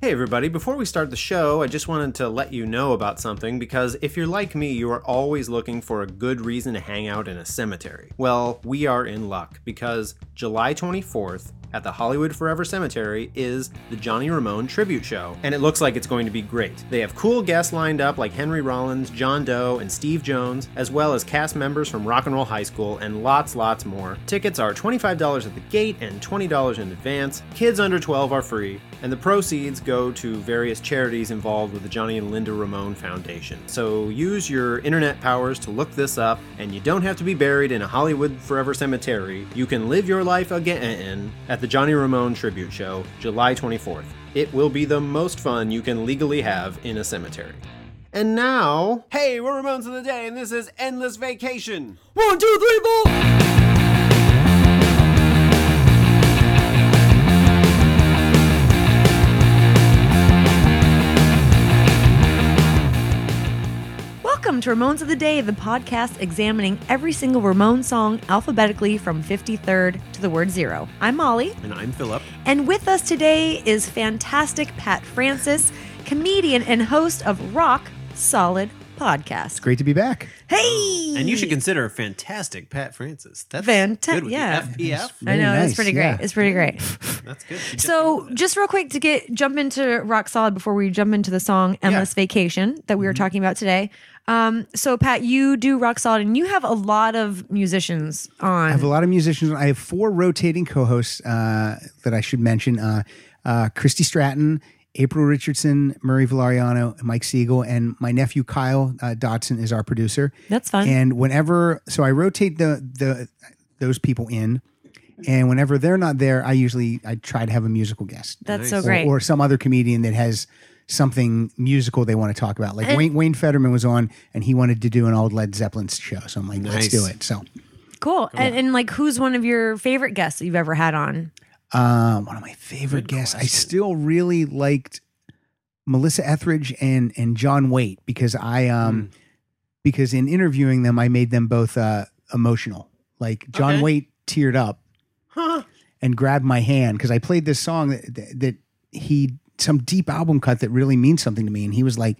Hey, everybody, before we start the show, I just wanted to let you know about something because if you're like me, you are always looking for a good reason to hang out in a cemetery. Well, we are in luck because July 24th at the Hollywood Forever Cemetery is the Johnny Ramone tribute show, and it looks like it's going to be great. They have cool guests lined up like Henry Rollins, John Doe, and Steve Jones, as well as cast members from Rock and Roll High School and lots, lots more. Tickets are $25 at the gate and $20 in advance. Kids under 12 are free, and the proceeds go to various charities involved with the Johnny and Linda Ramone Foundation. So use your internet powers to look this up, and you don't have to be buried in a Hollywood Forever cemetery. You can live your life again at the Johnny Ramone Tribute Show, July 24th. It will be the most fun you can legally have in a cemetery. And now, hey, we're Ramones of the Day, and this is Endless Vacation. One, two, three, four. Welcome to Ramones of the Day, the podcast examining every single Ramon song alphabetically from 53rd to the word zero. I'm Molly, And I'm Philip. and with us today is fantastic Pat Francis, comedian and host of Rock Solid Podcast. Great to be back. Hey! And you should consider a fantastic Pat Francis. That's Fanta- good with yeah. the FPF. I know, Very it's nice, pretty great. yeah. It's pretty great. That's good. She just So, nailed it. just real quick to get jump into Rock Solid before we jump into the song "Endless Vacation" that we Mm-hmm. were talking about today. Um, so, Pat, you do Rock Solid, and you have a lot of musicians on. I have a lot of musicians. I have four rotating co-hosts uh, that I should mention: uh, uh, Christy Stratton, April Richardson, Murray Valeriano, and Mike Siegel, and my nephew Kyle uh, Dotson is our producer. That's fun. And whenever, so I rotate the the those people in, and whenever they're not there, I usually I try to have a musical guest. Nice. That's so great. or, or some other comedian that has something musical they want to talk about. Like Wayne, Wayne Fetterman was on and he wanted to do an old Led Zeppelin show. So I'm like, let's Nice. do it. So cool. And, and like, who's one of your favorite guests that you've ever had on? um, one of my favorite guests, I still really liked Melissa Etheridge and, and John Waite because I, Mm. um, because in interviewing them, I made them both, uh, emotional. Like John Okay. Waite teared up Huh. and grabbed my hand because I played this song that, that that he some deep album cut that really means something to me, and he was like,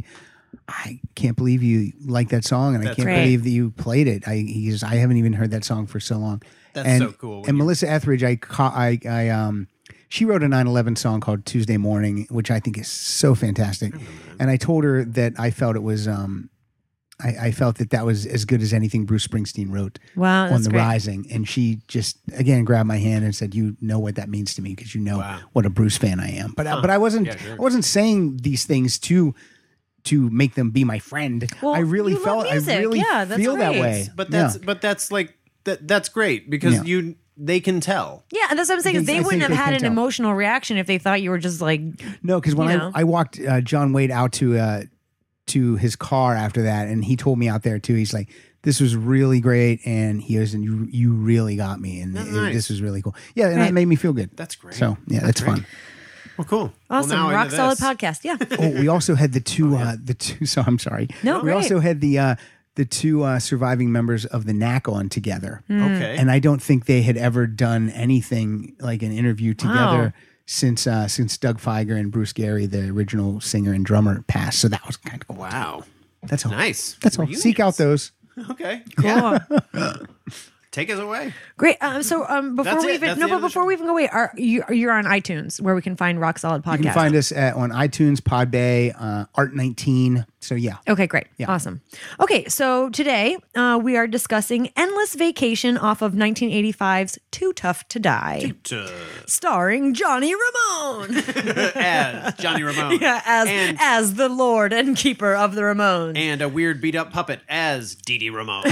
"I can't believe you like that song, and I That's can't great. believe that you played it." I he goes, "I haven't even heard that song for so long." That's and, so cool. And Melissa Etheridge, I caught, I I um. She wrote a 9/11 song called Tuesday Morning, which I think is so fantastic. And I told her that I felt it was, um, I, I felt that that was as good as anything Bruce Springsteen wrote Wow, Oh, that's on the great. rising and she just again grabbed my hand and said you know what that means to me because you know Wow. what a bruce fan i am but I, but i wasn't i wasn't saying these things to to make them be my friend Well, i really you love felt music. i really Yeah, that's feel that great. way but Yeah. that's but that's like that, that's great because Yeah. you they can tell. Yeah, and that's what I'm saying. I Is think- they I wouldn't have think they had can an tell. emotional reaction if they thought you were just like, No, because when you know. I, I walked uh, John Wade out to uh, to his car after that, and he told me out there too. He's like, "This was really great," and he goes, "And you you really got me, and That's it- nice. this was really cool." Yeah, and Right. that made me feel good. That's great. So yeah, that's, fun. Well, cool. awesome, well, now rock into solid this. podcast. Yeah. Oh, we also had the two uh, the two. So I'm sorry. No, we great. also had the uh, the two uh, surviving members of the Knack on together, Okay. and I don't think they had ever done anything like an interview together. Since uh, since Doug Feiger and Bruce Gary, the original singer and drummer, passed, so that was kind of cool. wow. That's all. Nice. That's all. Reunions. Seek out those. Okay. Cool. Take us away. Great. Um, so um, before That's we it. even That's no, the but end of the before we even go away, are you you're on iTunes where we can find Rock Solid Podcast? You can find us at, on iTunes, Podbay, uh, Art nineteen. So yeah, Okay, great. Awesome. Okay, so today uh, we are discussing Endless Vacation off of 1985's Too Tough to Die, To, starring Johnny Ramone as Johnny Ramone. Yeah, as and, as the Lord and Keeper of the Ramones. and a weird beat up puppet as Dee Dee Ramone.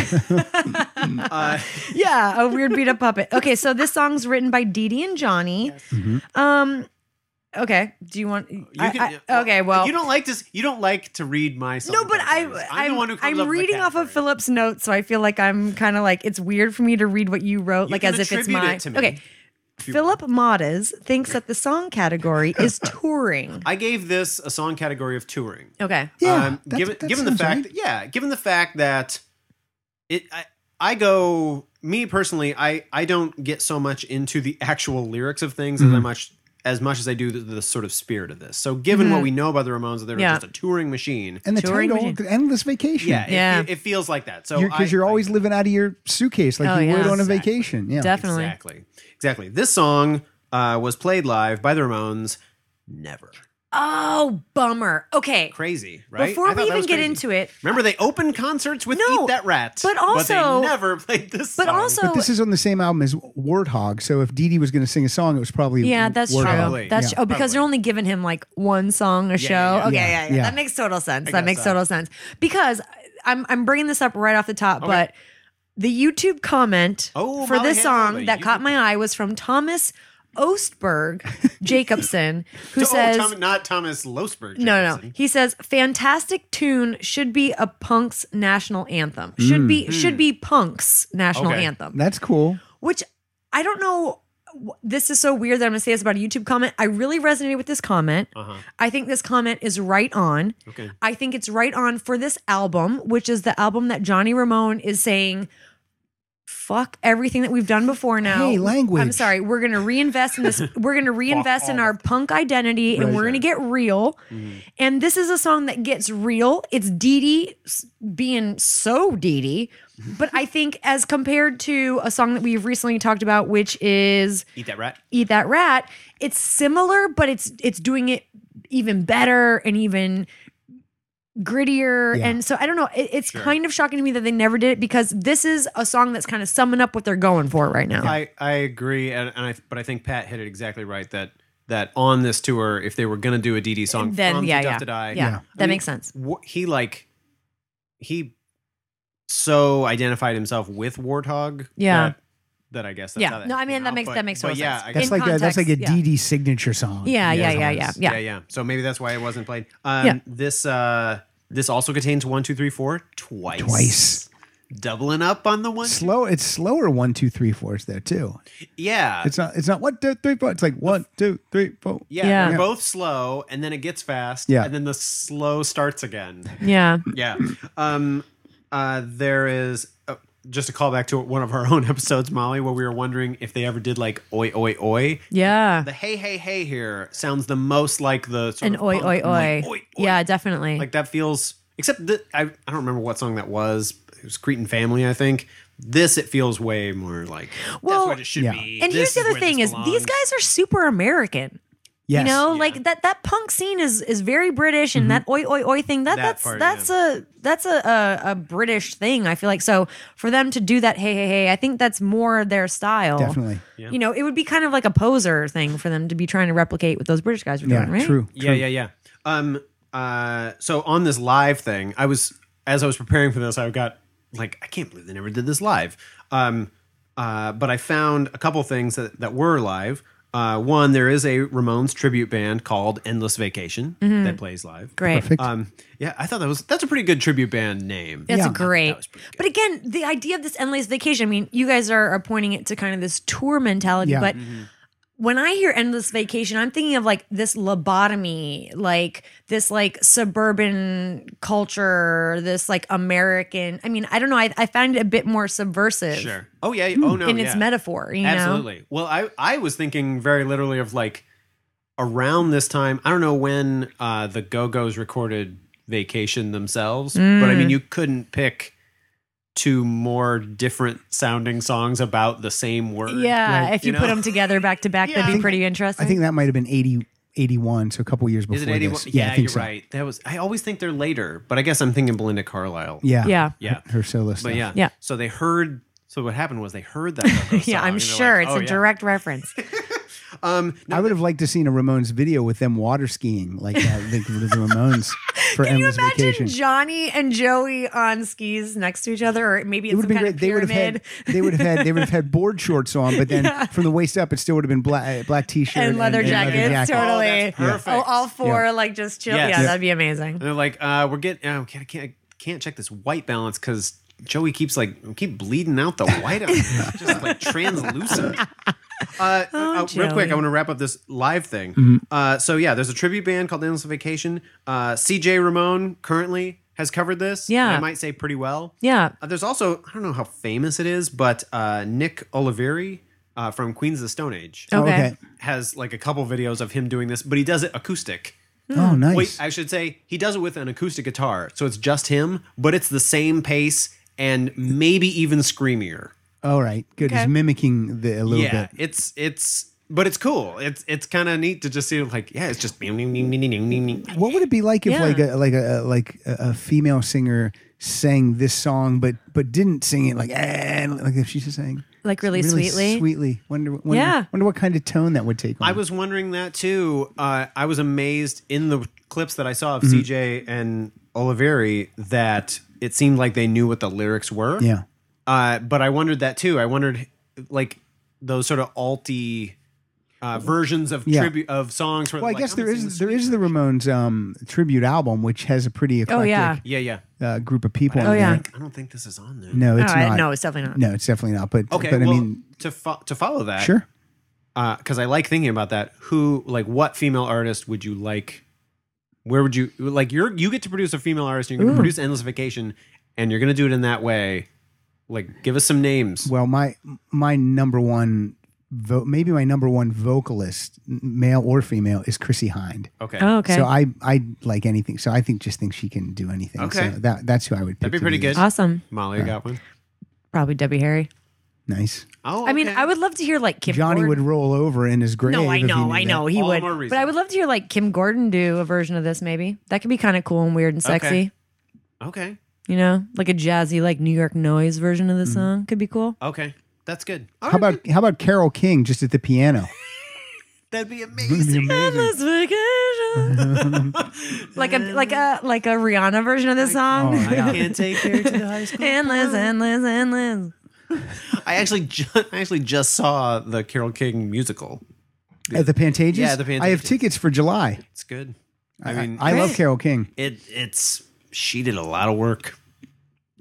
yeah, a weird beat up puppet. Okay, so this song's written by Dee Dee and Johnny. Um Okay, do you want I- I- Okay, well you don't like to s- you don't like to read my song No, but I, categories. I'm, I'm, the one who comes I'm up with the reading off of categories. Philip's notes, so I feel like I'm kind of like it's weird for me to read what you wrote, You like can as if it's attribute my it to me, okay. Philip Modas thinks that the song category is touring. I gave this a song category of touring. Okay, yeah. um, that's- given that given the sounds fact right. that, yeah given the fact that it I, I Mm-hmm. go me personally I I don't get so much into the actual lyrics of things as I much as much as I do the, the sort of spirit of this. So, given Mm-hmm. what we know about the Ramones, they're Yeah. just a touring machine. and the Touring title, machine. the endless vacation. Yeah, it- Yeah. It, it feels like that. So, because you're, I- 'cause you're I- always living out of your suitcase like Oh, you would yeah. on a Exactly. vacation. Yeah, Definitely. exactly, exactly. This song uh, was played live by the Ramones. Never Oh, bummer. Okay. crazy, right? I Before thought we that even was get crazy. into it, remember they opened concerts with No, Eat That Rat, but also- they never played this. but song. also But this is on the same album as Warthog, so if Dee Dee was going to sing a song, it was probably Yeah, that's true. Warthog. Probably. That's Yeah. oh, because they're only giving him like one song a show. yeah, yeah. okay, yeah, Yeah, yeah, yeah. That makes total sense. guess That makes so. total sense because I'm I'm bringing this up right off the top, but the YouTube comment Oh, for Molly this song Hanley, that you- caught my eye was from Thomas Ostberg Jacobson, who Oh, says. Tom- not Thomas Losberg. no, no. Jefferson. He says, "Fantastic tune should be a punk's national anthem. Should be should be punk's national Mm. Okay. anthem." That's cool. which I don't know. wh- This is so weird that I'm going to say this about a YouTube comment. I really resonated with this comment. Uh-huh. I think this comment is right on. Okay. I think it's right on for this album, which is the album that Johnny Ramone is saying, fuck everything that we've done before now. Hey, language. I'm sorry. We're going to reinvest in this. We're going to reinvest in our punk identity and Right. we're going to get real. And this is a song that gets real. It's Dee Dee s- being so Dee Dee. But I think as compared to a song that we've recently talked about, which is Eat That Rat. eat that rat it's similar but it's it's doing it even better and even grittier Yeah. and so i don't know it, it's kind of shocking to me that they never did it because this is a song that's kind of summing up what they're going for right now I, I agree, and, and I but I think Pat hit it exactly right that that on this tour, if they were gonna do a DD song, then from yeah Too Tough yeah, to Die, yeah Yeah. that I mean, makes sense wh- he like he so identified himself with Warthog, Yeah. that, that I guess that's Yeah. how that No, I mean, came that out, makes- but- that makes but total yeah, sense. I That's guess- In like a, that's context, like a yeah. Dee Dee signature song. yeah yeah yeah yeah yeah, yeah, yeah. So maybe that's why it wasn't played. Um, Yeah. This uh, this also contains one, two, three, four twice, Twice. doubling up on the one. two- Slow. It's slower. One, two, three, fours there too. yeah, It's not. It's not one, two, three, four. It's like one, two, three, four. Uh, Yeah, Yeah. they're both slow, and then it gets fast, Yeah. and then the slow starts again. Yeah. Yeah. Um, uh, there is uh, just a callback to one of our own episodes, Molly, where we were wondering if they ever did like oi oi oi. yeah The hey hey hey here sounds the most like the sort and of oi punk, oi oi. like, oi, oi. yeah definitely like that feels. Except that I, I don't remember what song that was. It was Cretan Family, I think. This it feels way more like Well, that's what it should Yeah. be. and This here's the other where this thing is belongs. these guys are super american Yes. you know yeah. like that that punk scene is is very british and that Mm-hmm. oi oi oi thing that, That that's part, that's a that's a, a a british thing i feel like so for them to do that hey hey hey i think that's more their style Definitely. you know it would be kind of like a poser thing for them to be trying to replicate what those british guys were Yeah. doing right True. Yeah, yeah, yeah. Um, uh, so on this live thing, I was as I was preparing for this, I got like, I can't believe they never did this live. Um, uh, but I found a couple things that that were live. Uh, one, there is a Ramones tribute band called Endless Vacation that plays live. Mm-hmm. great Perfect. Um, yeah, I thought that was that's a pretty good tribute band name. That's Yeah. a great. was pretty But again, the idea of this endless vacation, I mean, you guys are, are pointing it to kind of this tour mentality, Yeah. but Mm-hmm. when I hear endless vacation, I'm thinking of like this lobotomy, like this like suburban culture, this like American. I mean, I don't know. I, I find it a bit more subversive Sure. Oh yeah. Oh no. in yeah. Hmm. its metaphor, you know? Absolutely. Well, I I was thinking very literally of like around this time. I don't know when uh, the Go Go's recorded "Vacation" themselves, but I Mm. mean, you couldn't pick two more different sounding songs about the same word. Yeah. Right. If you, You put know? them together back to back, Yeah. I that'd be think- pretty interesting. I think that might have been 80, 81, so a couple years before Is it eighty one? this. Yeah, I think you're so. right. That was. I always think they're later, but I guess I'm thinking Belinda Carlisle. Yeah. Yeah. Yeah. Her solo stuff. But yeah. Yeah. So they heard. So what happened was they heard that. Go Go song, yeah, I'm and they're sure like, it's "Oh, a yeah." direct reference. Um, I would have liked to seen a Ramones video with them water skiing like that. I think with the Ramones for Can you endless imagine vacation. Johnny and Joey on skis next to each other, or maybe it's it would some have kind been great. of They would pyramid? have had they would have had they would have had board shorts on, but then from the waist up, it still would have been black black t shirt and leather jackets, jacket. Oh, totally. that's perfect. Oh, all four, Yeah. like just chill. Yes. Yeah, Yeah. that'd be amazing. And they're like, uh, we're getting, uh, can't, can't, can't check this white balance because Joey keeps like, keep bleeding out the white, out. It's just like translucent. Uh, uh, real quick, Oh, Joey. I want to wrap up this live thing. Uh, so yeah, there's a tribute band called Endless Vacation. Uh, CJ Ramone currently has covered this. Yeah. and I might say pretty well. Yeah. Uh, there's also I don't know how famous it is, but uh, Nick Oliveri uh, from Queens of the Stone Age Oh, Okay. has like a couple videos of him doing this, but he does it acoustic. Hmm. Oh, nice. Wait, I should say he does it with an acoustic guitar, so it's just him, but it's the same pace and maybe even screamier. All right. Good. Okay. He's mimicking the a little Yeah, bit. it's it's but it's cool. It's it's kind of neat to just see like yeah, it's just yeah, What would it be like if Yeah. like a like a like a, a female singer sang this song but but didn't sing it like eh, like if she just sang Like really, sweetly. sweetly wonder, wonder Yeah. wonder what kind of tone that would take on I it. was wondering that too. Uh, I was amazed in the clips that I saw of Mm-hmm. CJ and Oliveri that it seemed like they knew what the lyrics were. yeah Uh, but I wondered that too. I wondered like those sort of alty uh, versions of Yeah. tribute of songs. Where well like, I guess I'm there gonna sing is this there sweet is the version. Ramones um tribute album which has a pretty eclectic Oh, yeah. Yeah, yeah. uh, group of people Oh, in yeah. there. I don't think this is on there. no it's no, Oh, I- not no, it's definitely not. no it's definitely not but Okay, but well, I mean to fo- to follow that, sure because I like thinking about that. Who, like, what female artist would you like? Where would you like? You're you get to produce a female artist. You're going to Mm. produce Endless Vacation, and you're going to do it in that way. Like, give us some names. Well, my my number one vo- maybe my number one vocalist, n- male or female, is Chrissy Hind. Okay, Oh, okay. So I I like anything. So I think just think she can do anything. Okay. So that that's who I would. Pick that'd be to pretty do good. this. awesome. Molly, you got one. Probably Debbie Harry. Nice. Oh, I mean, okay. I would love to hear like Kim Johnny Gordon. would roll over in his grave. No, I if he know, knew I that. know he All would. more reason. But I would love to hear like Kim Gordon do a version of this. Maybe that could be kind of cool and weird and sexy. Okay. Okay, You know, like a jazzy, like New York noise version Mm. of the song could be cool. okay, that's good. All How right, about how about Carol King just at the piano? that'd be It'd be amazing? amazing. Endless vacation. like a like a like a Rihanna version of the song. oh, I can't take her to the high school. endless, endless, endless. I actually, ju- I actually just saw the Carol King musical. At the Pantages. Yeah, the I have Pantages. tickets for July. It's good. I I mean, I love Great. Carol King. it. It's she did a lot of work.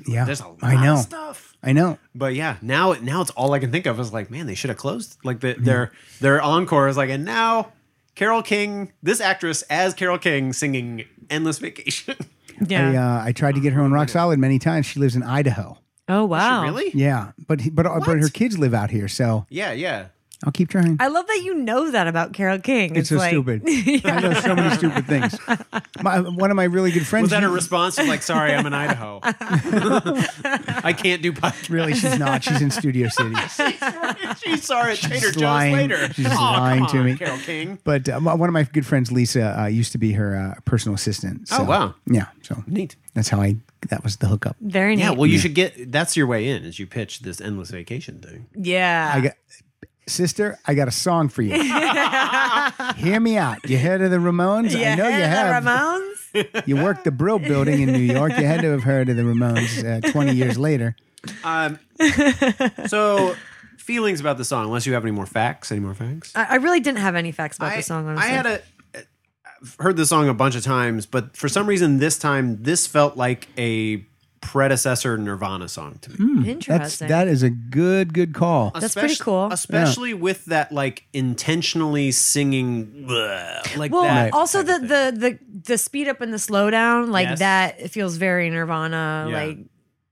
Yeah, There's a lot I know. of stuff. I know. But yeah, now now it's all I can think of is like, man, they should have closed. Like the, their their encore is like, and now Carol King, this actress as Carol King singing "Endless Vacation." Yeah. I, uh, I tried to get her on Rock Solid many times. She lives in Idaho. oh wow. really? Yeah, but he, but but her kids live out here, so Yeah, yeah. I'll keep trying. I love that you know that about Carol King. It's so like, stupid. I yeah. know so many stupid things. My, one of my really good friends. Was that a he- response? Like, sorry, I'm in Idaho. I can't do podcast. really, she's not. She's in Studio City. She's sorry at Trader Joe's lying. later. She's Aw, lying come to on, me. Carol King. But uh, my- one of my good friends, Lisa, uh, used to be her uh, personal assistant. So, Oh, wow. Yeah, so Neat. that's how I. That was the hookup. Very neat. Yeah, well, you should get. That's your way in, is you pitch this endless vacation thing. yeah. I got, sister, I got a song for you. Hear me out. You heard of the Ramones? yeah. I know you the have. Ramones. You worked the Brill Building in New York. You had to have heard of the Ramones uh, 20 years later. Um, so, feelings about the song? Unless you have any more facts, any more facts? I, I really didn't have any facts about I, the song. I Honestly. had a I've heard the song a bunch of times, but for some reason this time this felt like a predecessor Nirvana song to me. Hmm, That's interesting. that is a good good call. Mm-hmm. That's pretty Espec- cool. Especially with that like intentionally singing bleh, like well, that. also the, the the the speed up and the slowdown, like Yes. that, it feels very Nirvana, Yeah. like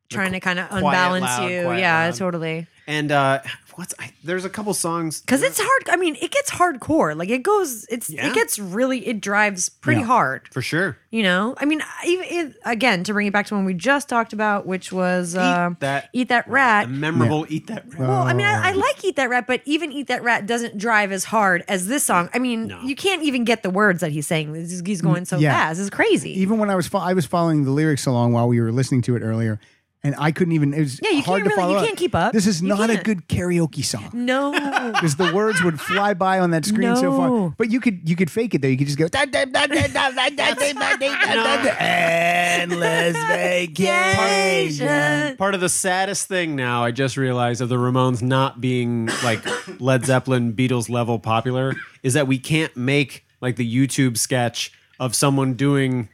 trying to kind of quiet, unbalance loud, you. quiet, Yeah, loud. totally. and uh what's I, there's a couple songs Because it's hard. I mean, it gets hardcore. Like it goes. It's Yeah. it gets really. It drives pretty Yeah. hard. for sure. You know. I mean, I- even it, again to bring it back to when we just talked about, which was um, That- eat that rat. A memorable eat that rat. Well, I mean, I, I like Eat That Rat, but even Eat That Rat doesn't drive as hard as this song. I mean, No. you can't even get the words that he's saying. He's he's going so yeah. fast. It's crazy. even when I was fo- I was following the lyrics along while we were listening to it earlier, and I couldn't even. It was Yeah, you hard can't to really- follow you can't keep up. This is You not a can't. good karaoke song no. because the words would fly by on that screen so far. No. But you could you could fake it though. You could just go "Da, da, da, da, da, da, da, da, da, da, da, endless vacation. Vacation. Part of the saddest thing now, I just realized, of the Ramones not being like Led Zeppelin, Beatles level popular, is that we can't make like the YouTube sketch of someone doing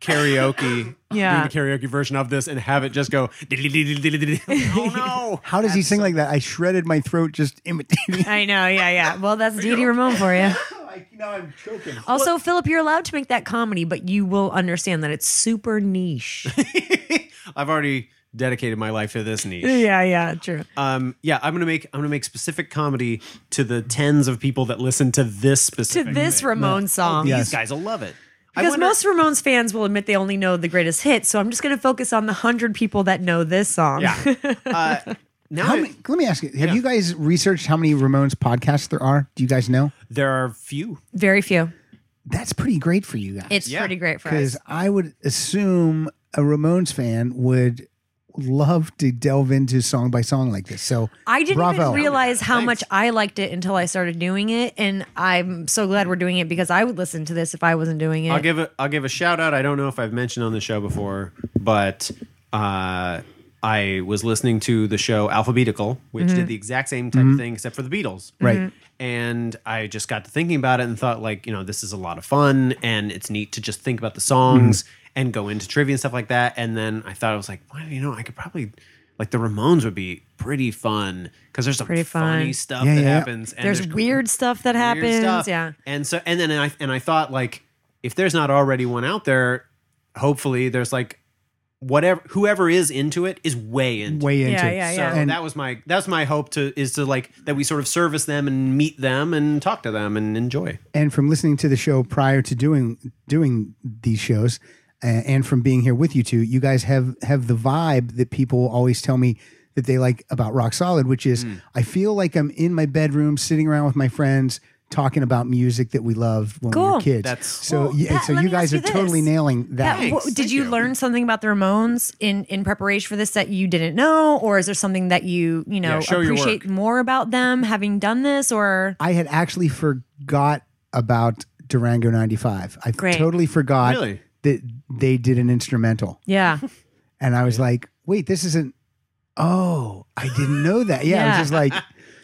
karaoke, doing Yeah. the karaoke version of this, and have it just go. oh no! How does he sing like that? I shredded my throat just imitating. I know. Yeah, yeah. Well, that's Didi Ramon for you. now I'm choking. Also, Philip, you're allowed to make that comedy, but you will understand that it's super niche. I've already dedicated my life to this niche. Yeah, yeah, true. Um, yeah, I'm gonna make I'm gonna make specific comedy to the tens of people that listen to this To specific. this thing. Ramon song. yeah. these guys will love it. I Because wonder- most Ramones fans will admit they only know the greatest hits, so I'm just going to focus on the hundred people that know this song. yeah. Uh, now How I- many, let me ask you: Have you guys researched how many Ramones podcasts there are? Do you guys know? there are few. Very few. That's pretty great for you guys. It's Yeah. pretty great for us. because I would assume a Ramones fan would love to delve into song by song like this. So I didn't bravo. even realize how Thanks. much I liked it until I started doing it, and I'm so glad we're doing it because I would listen to this if I wasn't doing it. I'll give a I'll give a shout out. I don't know if I've mentioned on the show before, but uh, I was listening to the show Alphabetical, which did the exact same type of thing except for the Beatles, Right. Mhm. And I just got to thinking about it and thought, like, you know, this is a lot of fun, and it's neat to just think about the songs and go into trivia and stuff like that. And then I thought I was like, well, you know, I could probably like the Ramones would be pretty fun because there's some Pretty fun. funny stuff Yeah, that yeah. happens. And there's, weird stuff that happens. weird stuff. Yeah. And so and then I and I thought like if there's not already one out there, hopefully there's like whatever whoever is into it is way into. it. way into Yeah, it. yeah, So yeah. And- that was my that's my hope to is to like that we sort of service them and meet them and talk to them and enjoy. and from listening to the show prior to doing doing these shows, uh, and from being here with you two, you guys have have the vibe that people always tell me that they like about Rock Solid, which is I feel like I'm in my bedroom sitting around with my friends talking about music that we loved when we Cool. were kids. That's- so Well, yeah, that- so let you me ask guys you are totally this. nailing that. That- what- did Thank you you. learn something about the Ramones in in preparation for this that you didn't know, or is there something that you you know Yeah, show your appreciate work. more about them having done this, or I had actually forgot about Durango 95. I Great. totally forgot Really? that they did an instrumental. yeah, And I was like, wait, this isn't, oh, I didn't know that. Yeah, Yeah. I was just like,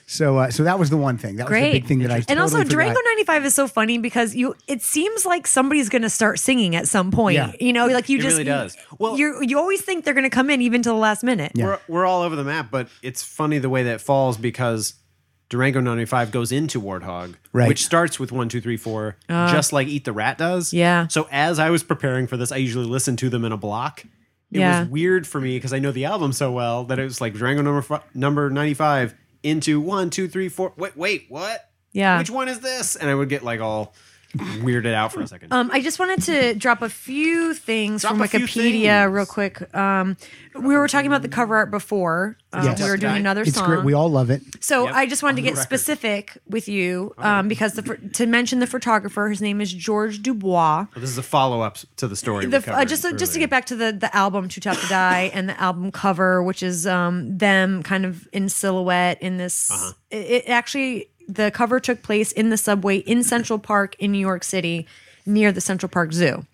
so uh, so that was the one thing. That was the Great. big thing that I and totally also forgot. Durango '95 is so funny because you it seems like somebody's going to start singing at some point. Yeah. You know, like you It just really does. Well, Well- you you always think they're going to come in even to the last minute. Yeah. We're we're all over the map, but it's funny the way that falls because Durango 95 goes into Warthog, Right. which starts with 1, 2, 3, 4, just like Eat the Rat does. Uh. Yeah. So as I was preparing for this, I usually listen to them in a block. It Yeah. was weird for me because I know the album so well that it was like Durango number, fi- number 95 into 1, 2, 3, 4. Wait, wait, what? Yeah. Which one is this? And I would get like all weirded out for a second. Um, I just wanted to drop a few things Drop from a few Wikipedia things. real quick. Um, we were talking about the cover art before. Um, Yes. We were doing another it's song. great. We all love it. So Yep, I just wanted to on the get record. specific with you um, because the, ph- to mention the photographer, his name is George Dubois. this is a follow up to the story. we The, uh, covered just to, just to earlier. get back to the the album Too Tough to Die and the album cover, which is um, them kind of in silhouette in this. Uh-huh. It, it actually the cover took place in the subway in Central Park in New York City, near the Central Park Zoo.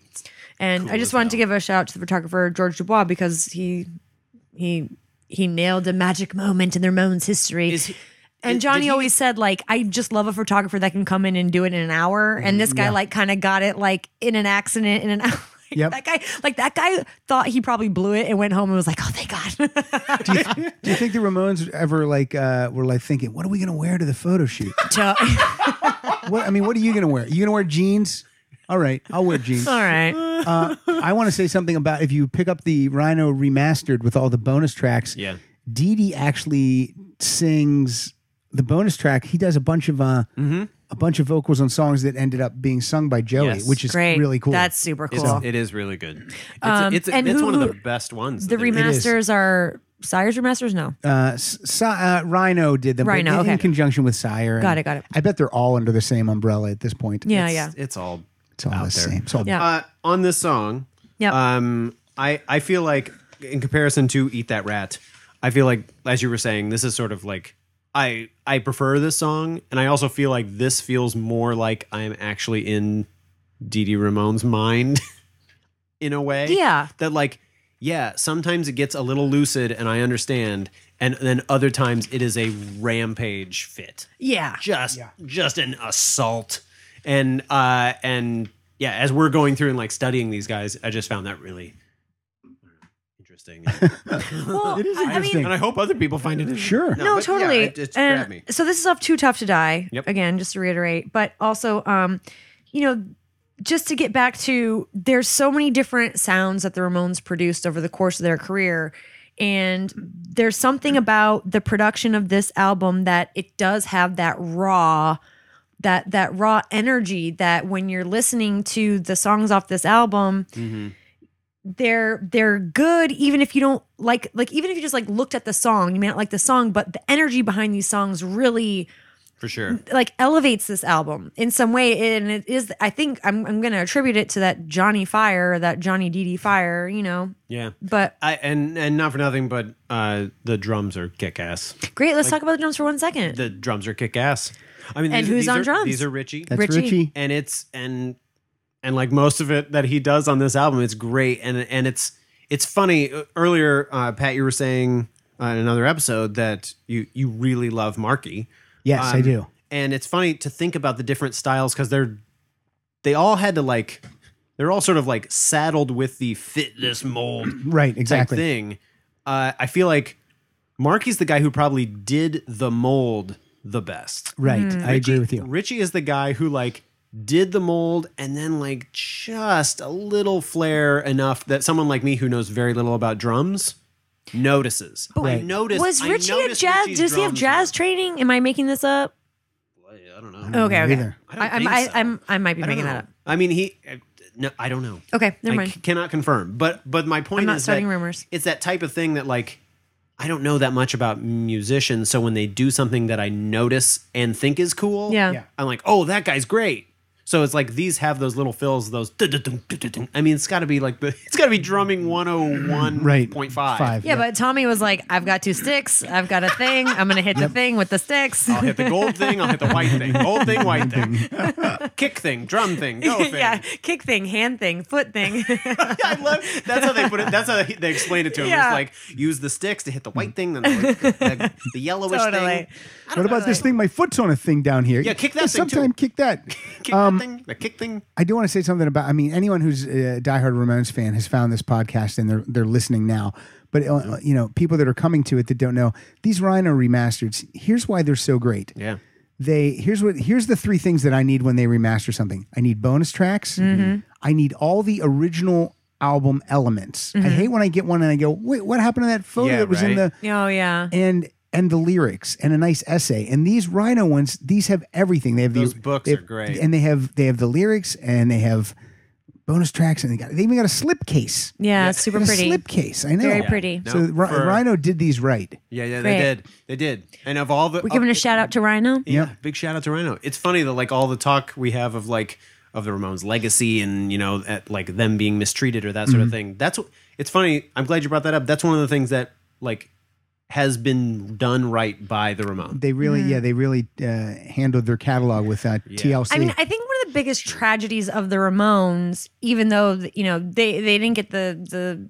And I just wanted to give a shout out to the photographer George Dubois because he he he nailed a magic moment in the Ramones history. Is he- and did- Johnny did he- always said like I just love a photographer that can come in and do it in an hour. Mm-hmm. And this guy like kind of got it like in an accident in an hour. Like, Yep. That guy like that guy thought he probably blew it and went home and was like, oh thank God. Do you think the Ramones ever like uh, were like thinking, what are we gonna wear to the photo shoot? To- what I mean, what are you gonna wear? you gonna wear jeans? All right, I'll wear jeans. All right. uh, I want to say something about if you pick up the Rhino remastered with all the bonus tracks. Yeah. Dee Dee actually sings the bonus track. He does a bunch of uh, Mm-hmm. a bunch of vocals on songs that ended up being sung by Joey, Yes. which is Great. really cool. That's super cool. Um, It's, It is really good. It's, it's, and it's who- one of the best ones. the that they did. is. remasters are Sire's remasters? No. uh, S- Si- uh, Rhino did them. but Rhino, in, okay. in conjunction with Sire. and Got it, got it. I bet they're all under the same umbrella at this point. yeah, It's- yeah. It's all it's all the out there. same. It's all Yeah. uh, on this song. Yep. uh, Um, I I feel like in comparison to Eat That Rat, I feel like as you were saying, this is sort of like I I prefer this song, and I also feel like this feels more like I am actually in Dee Dee Ramone's mind, in a way. Yeah. That like yeah, sometimes it gets a little lucid, and I understand, and then other times it is a rampage fit yeah. just just an assault and uh and yeah as we're going through and like studying these guys i just found that really interesting Well, is I- I mean, interesting. and i hope other people find it Sure. no, no, but yeah, totally. it, it And grabbed me So this is off Too Tough to Die. Yep. Again, just to reiterate, but also, um, you know, just to get back to, there's so many different sounds that the Ramones produced over the course of their career, And there's something Mm-hmm. about the production of this album that it does have that raw that that raw energy that when you're listening to the songs off this album Mhm. they're they're good even if you don't like like even if you just like looked at the song you may not like the song but the energy behind these songs really for sure. like elevates this album in some way and it is i think i'm, I'm gonna attribute it to that johnny fire that johnny dd fire you know Yeah. but I, and and not for nothing, but uh, the drums are kick ass. great let's talk about the drums for one second The drums are kick ass. I mean, And these- who's these on are- drums? These are Richie. That's Richie. Richie. and it's and and like most of it that he does on this album it's great and and it's it's funny earlier uh, pat you were saying uh, in another episode that you you really love marky Yes, I Um, do. and it's funny to think about the different styles because they're they all had to like they're all sort of like saddled with the fit this mold Right, type exactly. thing. Uh, I feel like Marky's the guy who probably did the mold the best. Right, Mm-hmm. I agree with you. Richie is the guy who like did the mold and then like just a little flair enough that someone like me who knows very little about drums notices. I Right. noticed. was I richie a noticed jazz Richie's does he have drums jazz training am i making this up I don't know. okay okay either. I don't I, I'm, think I, so. I'm, I might be I don't making know. that up I mean, he. uh, No, I don't know. okay never I mind c- cannot confirm, but but my point I'm not is starting that rumors. It's that type of thing that like I don't know that much about musicians, so when they do something that I notice and think is cool, yeah. Yeah. I'm like, oh, that guy's great. So it's like these have those little fills, those. dun-dun-dun, dun-dun-dun. I mean, it's got to be like the it's got to be drumming 101.5. Right, I'll Yeah, but Tommy was like, I've got two sticks. I've got a thing. I'm going to hit the thing with the sticks. hit the gold thing. I'll hit the white thing. Gold thing, white thing. Kick thing, drum thing, go thing. yeah, kick thing, hand thing, foot thing. I love that's how they put it. That's how they, they explain it to him. Yeah. It's like use the sticks to hit the white thing, then the, the, the yellowish Totally. thing. I don't What about know, this like, thing? My foot's on a thing down here. Yeah, kick that thing, too. Sometime kick that. Kick that thing, the kick thing. I do want to say something about. I mean, anyone who's a diehard Ramones fan has found this podcast and they're they're listening now. But uh, you know, people that are coming to it that don't know these Rhino remasters. Here's why they're so great. Yeah, They here's what here's the three things that I need when they remaster something. I need bonus tracks. I need all the original album elements. I hate when I get one and I go, wait, what happened to that photo Yeah, that was in right. the oh, yeah. and and the lyrics and a nice essay. And these Rhino ones, these have everything. They have Those the, books they- are great. and they have they have the lyrics and they have bonus tracks, and they got they even got a slip case. Yeah, super Got a pretty. slip case. I know. Very pretty. No, So Ri- for- Rhino did these right. yeah, yeah. They Great. did, they did. And of all the, We're giving of- a shout out to Rhino. yeah, Yeah. big shout out to Rhino. It's funny that like all the talk we have of like of the Ramones' legacy and you know at, like them being mistreated or that sort Mm-hmm. of thing. That's what- it's funny. I'm glad you brought that up. That's one of the things that like has been done right by the Ramones. They really, Hmm. yeah, they really uh, handled their catalog with uh, TLC. I mean, I think one of the biggest tragedies of the Ramones, even though you know they they didn't get the the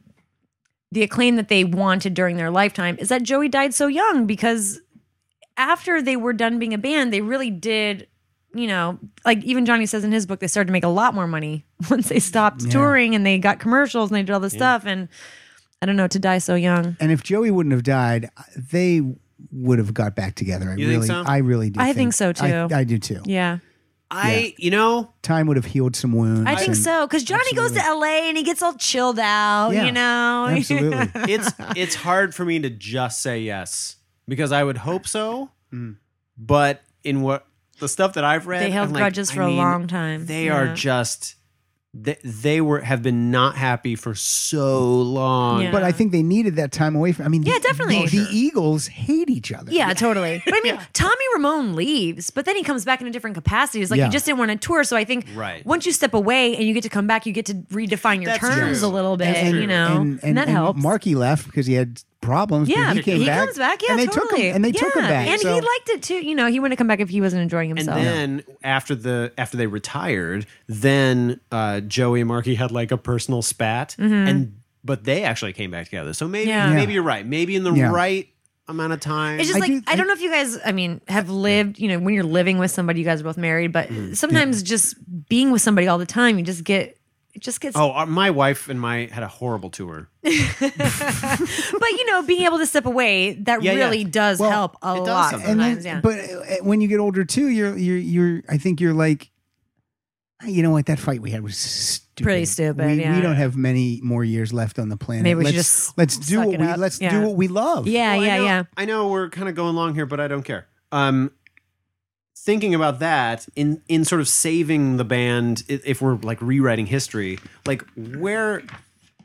the acclaim that they wanted during their lifetime, is that Joey died so young because after they were done being a band, they really did. You know, like even Johnny says in his book, they started to make a lot more money once they stopped touring and they got commercials and they did all this stuff. And I don't know, to die so young. and if Joey wouldn't have died, they would have got back together. I You think really, so? I really do. I think so, I, too. I do too. Yeah. I you know Time would have healed some wounds. I think and- so. Because Johnny goes to LA and he gets all chilled out, Yeah, you know? Absolutely. it's it's hard for me to just say yes because I would hope so, but in what the stuff that I've read, Mm. They held I'm like, grudges for I a mean, long time. They Yeah. are just they, they were have been not happy for so long. Yeah. But I think they needed that time away from. I mean, Yeah, the- definitely. The, Eagles hate each other. Yeah, totally. But I mean, Tommy Ramone leaves, but then he comes back in a different capacity. It's like Yeah. he just didn't want to tour. So I think Right. once you step away and you get to come back, you get to redefine your That's terms true. a little bit, That's true. you know? And, that helps. Marky left because he had problems. yeah, but he came back. comes back. Yeah, and they totally. took him. And they took him Yeah, back. And so- he liked it too. You know, he wouldn't come back if he wasn't enjoying And himself. then after the after they retired, then uh, Joey and Marky had like a personal spat, and but they actually came back together. So maybe Mm-hmm. Yeah. maybe you're right. Maybe in the Yeah. right amount of time. It's just I like do- I don't know if you guys, I mean, have lived. You know, when you're living with somebody, you guys are both married, but Mm. sometimes just being with somebody all the time, you just get it just gets. oh, uh, my wife and my had a horrible tour. But you know, being able to step away that Yeah, yeah. really does Well, help a it does lot sometimes. And then- sometimes. yeah. But uh, when you get older too, you're you're you're. I think you're like, "Ah, you know what? That fight we had was stupid. Pretty stupid, We, yeah. we don't have many more years left on the planet. Maybe we let's, should just let's do suck what it we up. let's Yeah. do what we love. Yeah, Well, I yeah, know- yeah. I know we're kind of going along here, but I don't care. Um, thinking about that in in sort of saving the band, i- if we're like rewriting history, like where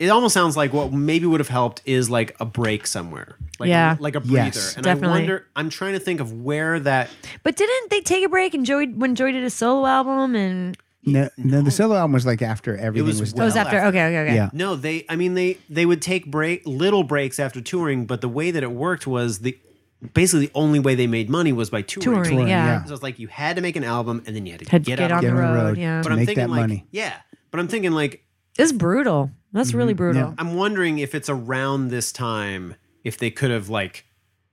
it almost sounds like what maybe would have helped is like a break somewhere, like Yeah. like a breather. Yes. and Definitely. I wonder, I'm trying to think of where that But didn't they take a break and Joey when Joey did a solo album and oh, No, no, the solo album was like after everything was was, well it done. was after? after. Okay, okay, okay. Yeah. No, they. I mean, they they would take break little breaks after touring, but the way that it worked was the basically the only way they made money was by touring. Touring, Touring, yeah. yeah. So it's like you had to make an album, and then you had to Had to get, get out on on. the Get on road, the road, yeah. to But I'm make thinking that like, money. yeah. But I'm thinking like, It's brutal. That's Mm-hmm. really brutal. I'm wondering if it's around this time if they could have like,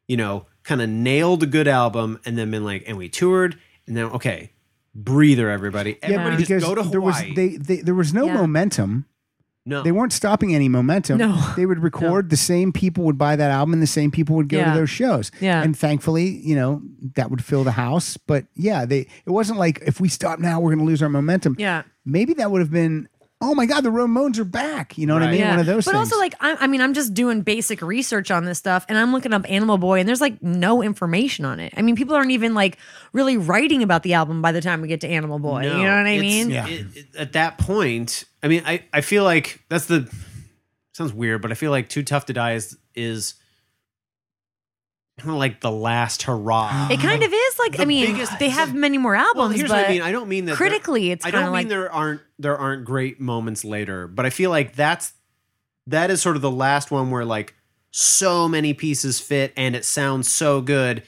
you know, kind of nailed a good album and then been like, and we toured, and then okay, breather, everybody, everybody just go to Hawaii. there was they, they there was no Yeah. momentum. no, They weren't stopping any momentum. No. They would record, the same people would buy that album and the same people would go Yeah. to those shows. Yeah. And thankfully, you know, that would fill the house. But yeah, they it wasn't like if we stop now, we're gonna lose our momentum. Yeah. Maybe that would have been, oh my God, the Ramones are back. You know what I Right. mean? Yeah. One of those but things. also like I, I mean i'm just doing basic research on this stuff and i'm looking up animal boy and there's like no information on it i mean people aren't even like really writing about the album by the time we get to animal boy No, you know what i it's- mean Yeah. it- it- at that point, I mean, I, I feel like that's the sounds weird, but I feel like Too Tough to Die is is kind of like the last hurrah. it kind of is like The i mean biggest- they have many more albums Well, here's but what I mean. I don't mean that there- critically it's I kind don't of mean like there aren't there aren't great moments later, but I feel like that's that is sort of the last one where like so many pieces fit and it sounds so good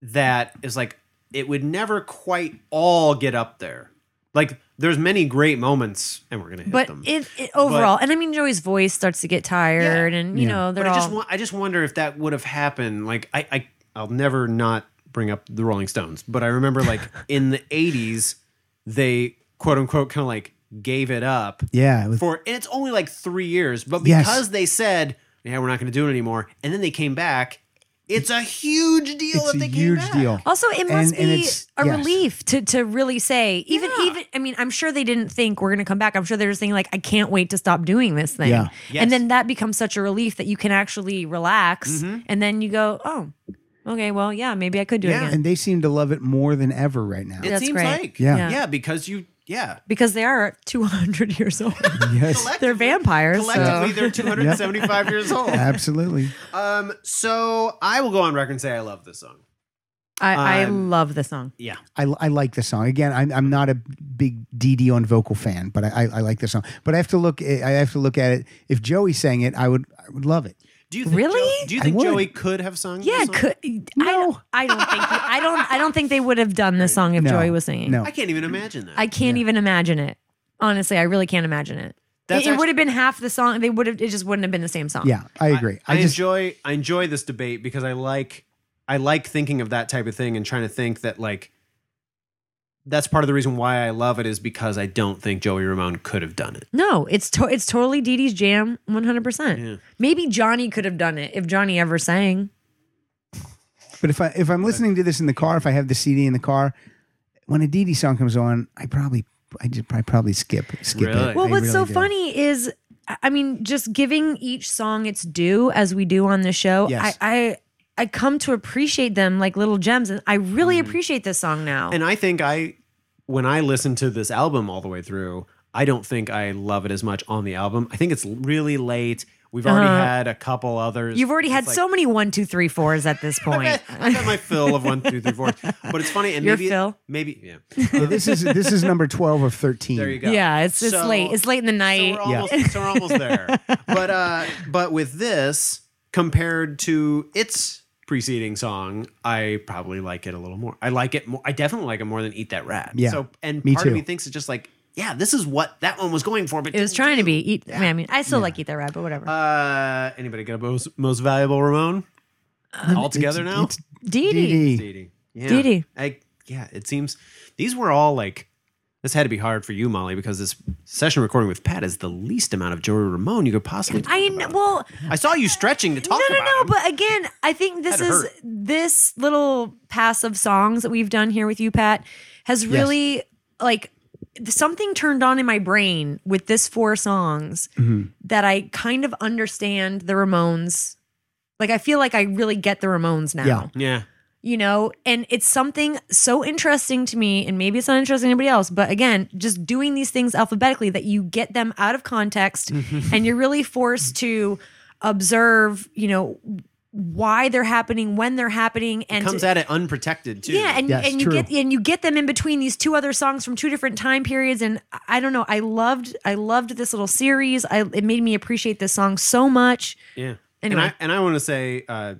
that is like it would never quite all get up there. Like there's many great moments, and we're gonna hit but them. it, it overall and i mean joey's voice starts to get tired and you Yeah. know they're but I just all want, I just wonder if that would have happened. Like I, I I'll never not bring up the Rolling Stones, but I remember like in the '80s they quote unquote kind of like gave it up. yeah, it was- for and it's only like three years, but Yes. because they said, "Yeah, we're not going to do it anymore," and then they came back, it's a huge deal it's that a they came huge back. deal. Also, it must And- and be it's- a yes. relief to to really say, even even. I mean, I'm sure they didn't think we're going to come back. I'm sure they were thinking like, I can't wait to stop doing this thing. Yeah. Yes. Mm-hmm. And then that becomes such a relief that you can actually relax, and then you go, oh, okay, well, yeah, maybe I could do it again And they seem to love it more than ever right now. It That's seems great. like Yeah. yeah, because you yeah. because they are 200 years old. yes. Collectively- They're vampires. Collectively, So. they're 275 years old. Absolutely. Um, so I will go on record and say I love this song. I, I Um, love the song. Yeah, I, I like the song. Again, I'm, I'm not a big DD on vocal fan, but I, I, I like the song. But I have to look. I have to look at it. If Joey sang it, I would I would love it. do you think Really? Joe- do you I think would. Joey could have sung? this Yeah, song? could, I, don't- I don't think you- I don't I don't think they would have done this song if No, Joey was singing. No, I can't even imagine that. I can't even imagine it. Honestly, I really can't imagine it. That's it actu- would have been half the song. They would have. It just wouldn't have been the same song. yeah, I agree. I, I, just enjoy I enjoy this debate because I like I like thinking of that type of thing and trying to think that like that's part of the reason why I love it is because I don't think Joey Ramone could have done it. No, it's to- it's totally Dee Dee's jam, one hundred percent. Maybe Johnny could have done it if Johnny ever sang. But if I if I'm listening to this in the car, if I have the CD in the car, when a DD song comes on, I probably I just I probably skip skip Really? it. Well, I what's really so do. funny is, I- I mean, just giving each song its due as we do on the show. Yes. I, I I come to appreciate them like little gems, and I really appreciate this song now. Mm. And I think I when I listen to this album all the way through, I don't think I love it as much on the album. I think it's really late. We've already had a couple others. Uh-huh. You've already had It's like- so many one, two, three, fours at this point. I've had my fill of one, two, three, four. But it's funny and Your maybe fill? maybe yeah. Yeah, this is this is number twelve of thirteen. There you go. yeah, it's it's So- late. It's late in the night. So we're almost, so we're almost there. But uh, but with this compared to its preceding song, I probably like it a little more. I like it more. I definitely like it more than Eat That Rat. Yeah. So and Me part of too. me thinks it's just like, yeah, this is what that one was going for. But It was trying to be. Eat, I, mean, I mean, I still like eat that rat, but whatever. Uh, anybody got a most, most valuable Ramon? All together Um, It's- now. it's Dee Dee. DD. Dee Yeah. Dee Dee. I, yeah, it seems these were all like this had to be hard for you, Molly, because this session recording with Pat is the least amount of Joey Ramone you could possibly. talk I about. kn- well, I saw you stretching to talk no, no, about no. him. But again, I think this Had to is hurt. this little pass of songs that we've done here with you, Pat, has really like something turned on in my brain with this four songs that I kind of understand the Ramones. Like I feel like I really get the Ramones now. Yeah. Yeah. You know, and it's something so interesting to me, and maybe it's not interesting to anybody else, but again, just doing these things alphabetically that you get them out of context and you're really forced to observe, you know, why they're happening, when they're happening, and Comes to- at it unprotected too. yeah, and, Yes, and you true. get and you get them in between these two other songs from two different time periods, and I- I don't know. I loved I loved this little series. I it made me appreciate this song so much. Yeah. And Anyway. I, and I want to say, uh,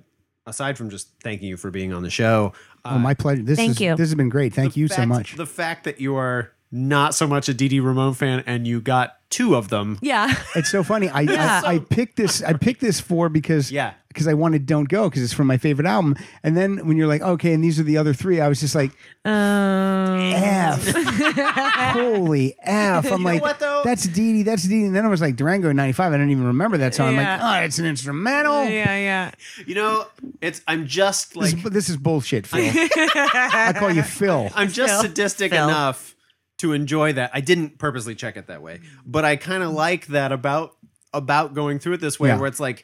aside from just thanking you for being on the show, uh, Oh, my pleasure. This Thank is, you. This has been great. Thank you so fact- much. The fact that you are not so much a DD Ramone fan and you got two of them. Yeah, It's so funny. I, Yeah. I I picked this. I picked this four because Yeah. because I wanted "Don't Go" because it's from my favorite album. And then when you're like, okay, and these are the other three, I was just like, um, F, holy F. I'm like, what, though? that's Dee Dee, that's Dee Dee. And then I was like, Durango in '95. I don't even remember that song. I'm Yeah. like, oh, it's an instrumental. yeah, You know, it's I'm just This, like is, this is bullshit, Phil. I call you Phil. I'm just Phil. sadistic Phil. enough to enjoy that. I didn't purposely check it that way, but I kind Mm. of like that about about going through it this way, Yeah. where it's like,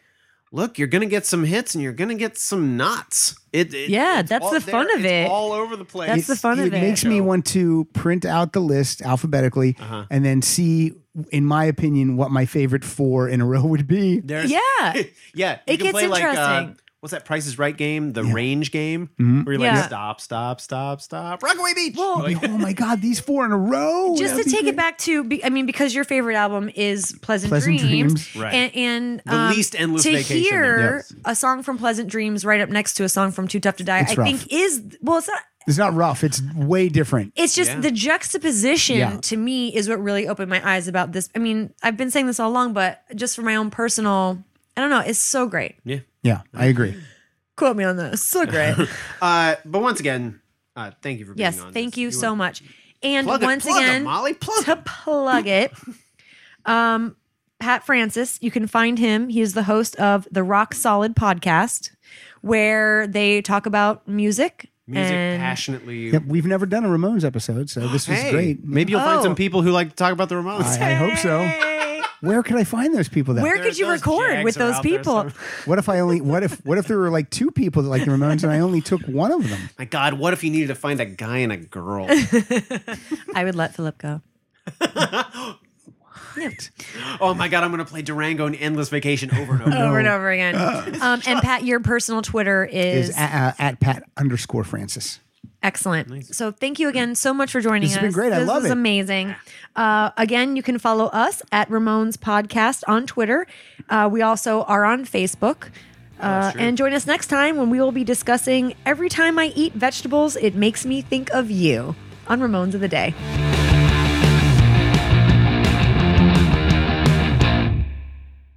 look, you're gonna get some hits and you're gonna get some knots. It, it- Yeah, it's that's all the there. fun of It's it. All over the place. That's the fun it of it. makes me want to print out the list alphabetically Uh-huh. and then see, in my opinion, what my favorite four in a row would be. There's, yeah. yeah. It gets interesting. uh, what's that Price is Right game? The range game where you're Yeah. like stop, stop, stop, stop. Rockaway Beach. Well, Like- oh my god, these four in a row. Just to That'd be take great. it back to, be, I mean, because your favorite album is Pleasant, Pleasant Dreams, Dreams. Right. And, and The um, least endless to vacation there hear is. a song from Pleasant Dreams right up next to a song from Too Tough to Die, It's I rough. think is well, it's not. It's not rough. It's way different. It's just Yeah. the juxtaposition Yeah. to me is what really opened my eyes about this. I mean, I've been saying this all along, but just for my own personal, I don't know, it's so great. yeah. Yeah, I agree. Quote me on this. So great. Uh, but once again, uh, thank you for being yes, on. thank this. you so wanna- much. And Plug it, once plug it, again, Molly, plug to plug it, um, Pat Francis, you can find him. He is the host of the Rock Solid podcast, where they talk about music. music and- passionately. Yep, we've never done a Ramones episode, so this is Hey, great. Maybe you'll find Oh. some people who like to talk about the Ramones. I, I hope so. Hey. Where could I find those people? Then? Where There- could you those record jags with are those out there people? somewhere. What if I only? What if? What if there were like two people that like the Ramones, and I only took one of them? My God, what if you needed to find a guy and a girl? I would let Philip go. oh my God, I'm going to play Durango and Endless Vacation over and over. over and over again. Um, and Pat, your personal Twitter is, Is a- a- at Pat underscore Francis. excellent. So thank you again so much for joining This has us. been great. I This love was it. amazing. Uh, again, you can follow us at Ramones Podcast on Twitter. Uh, we also are on Facebook. Uh, and join us next time when we will be discussing every time I eat vegetables, it makes me think of you on Ramones of the Day.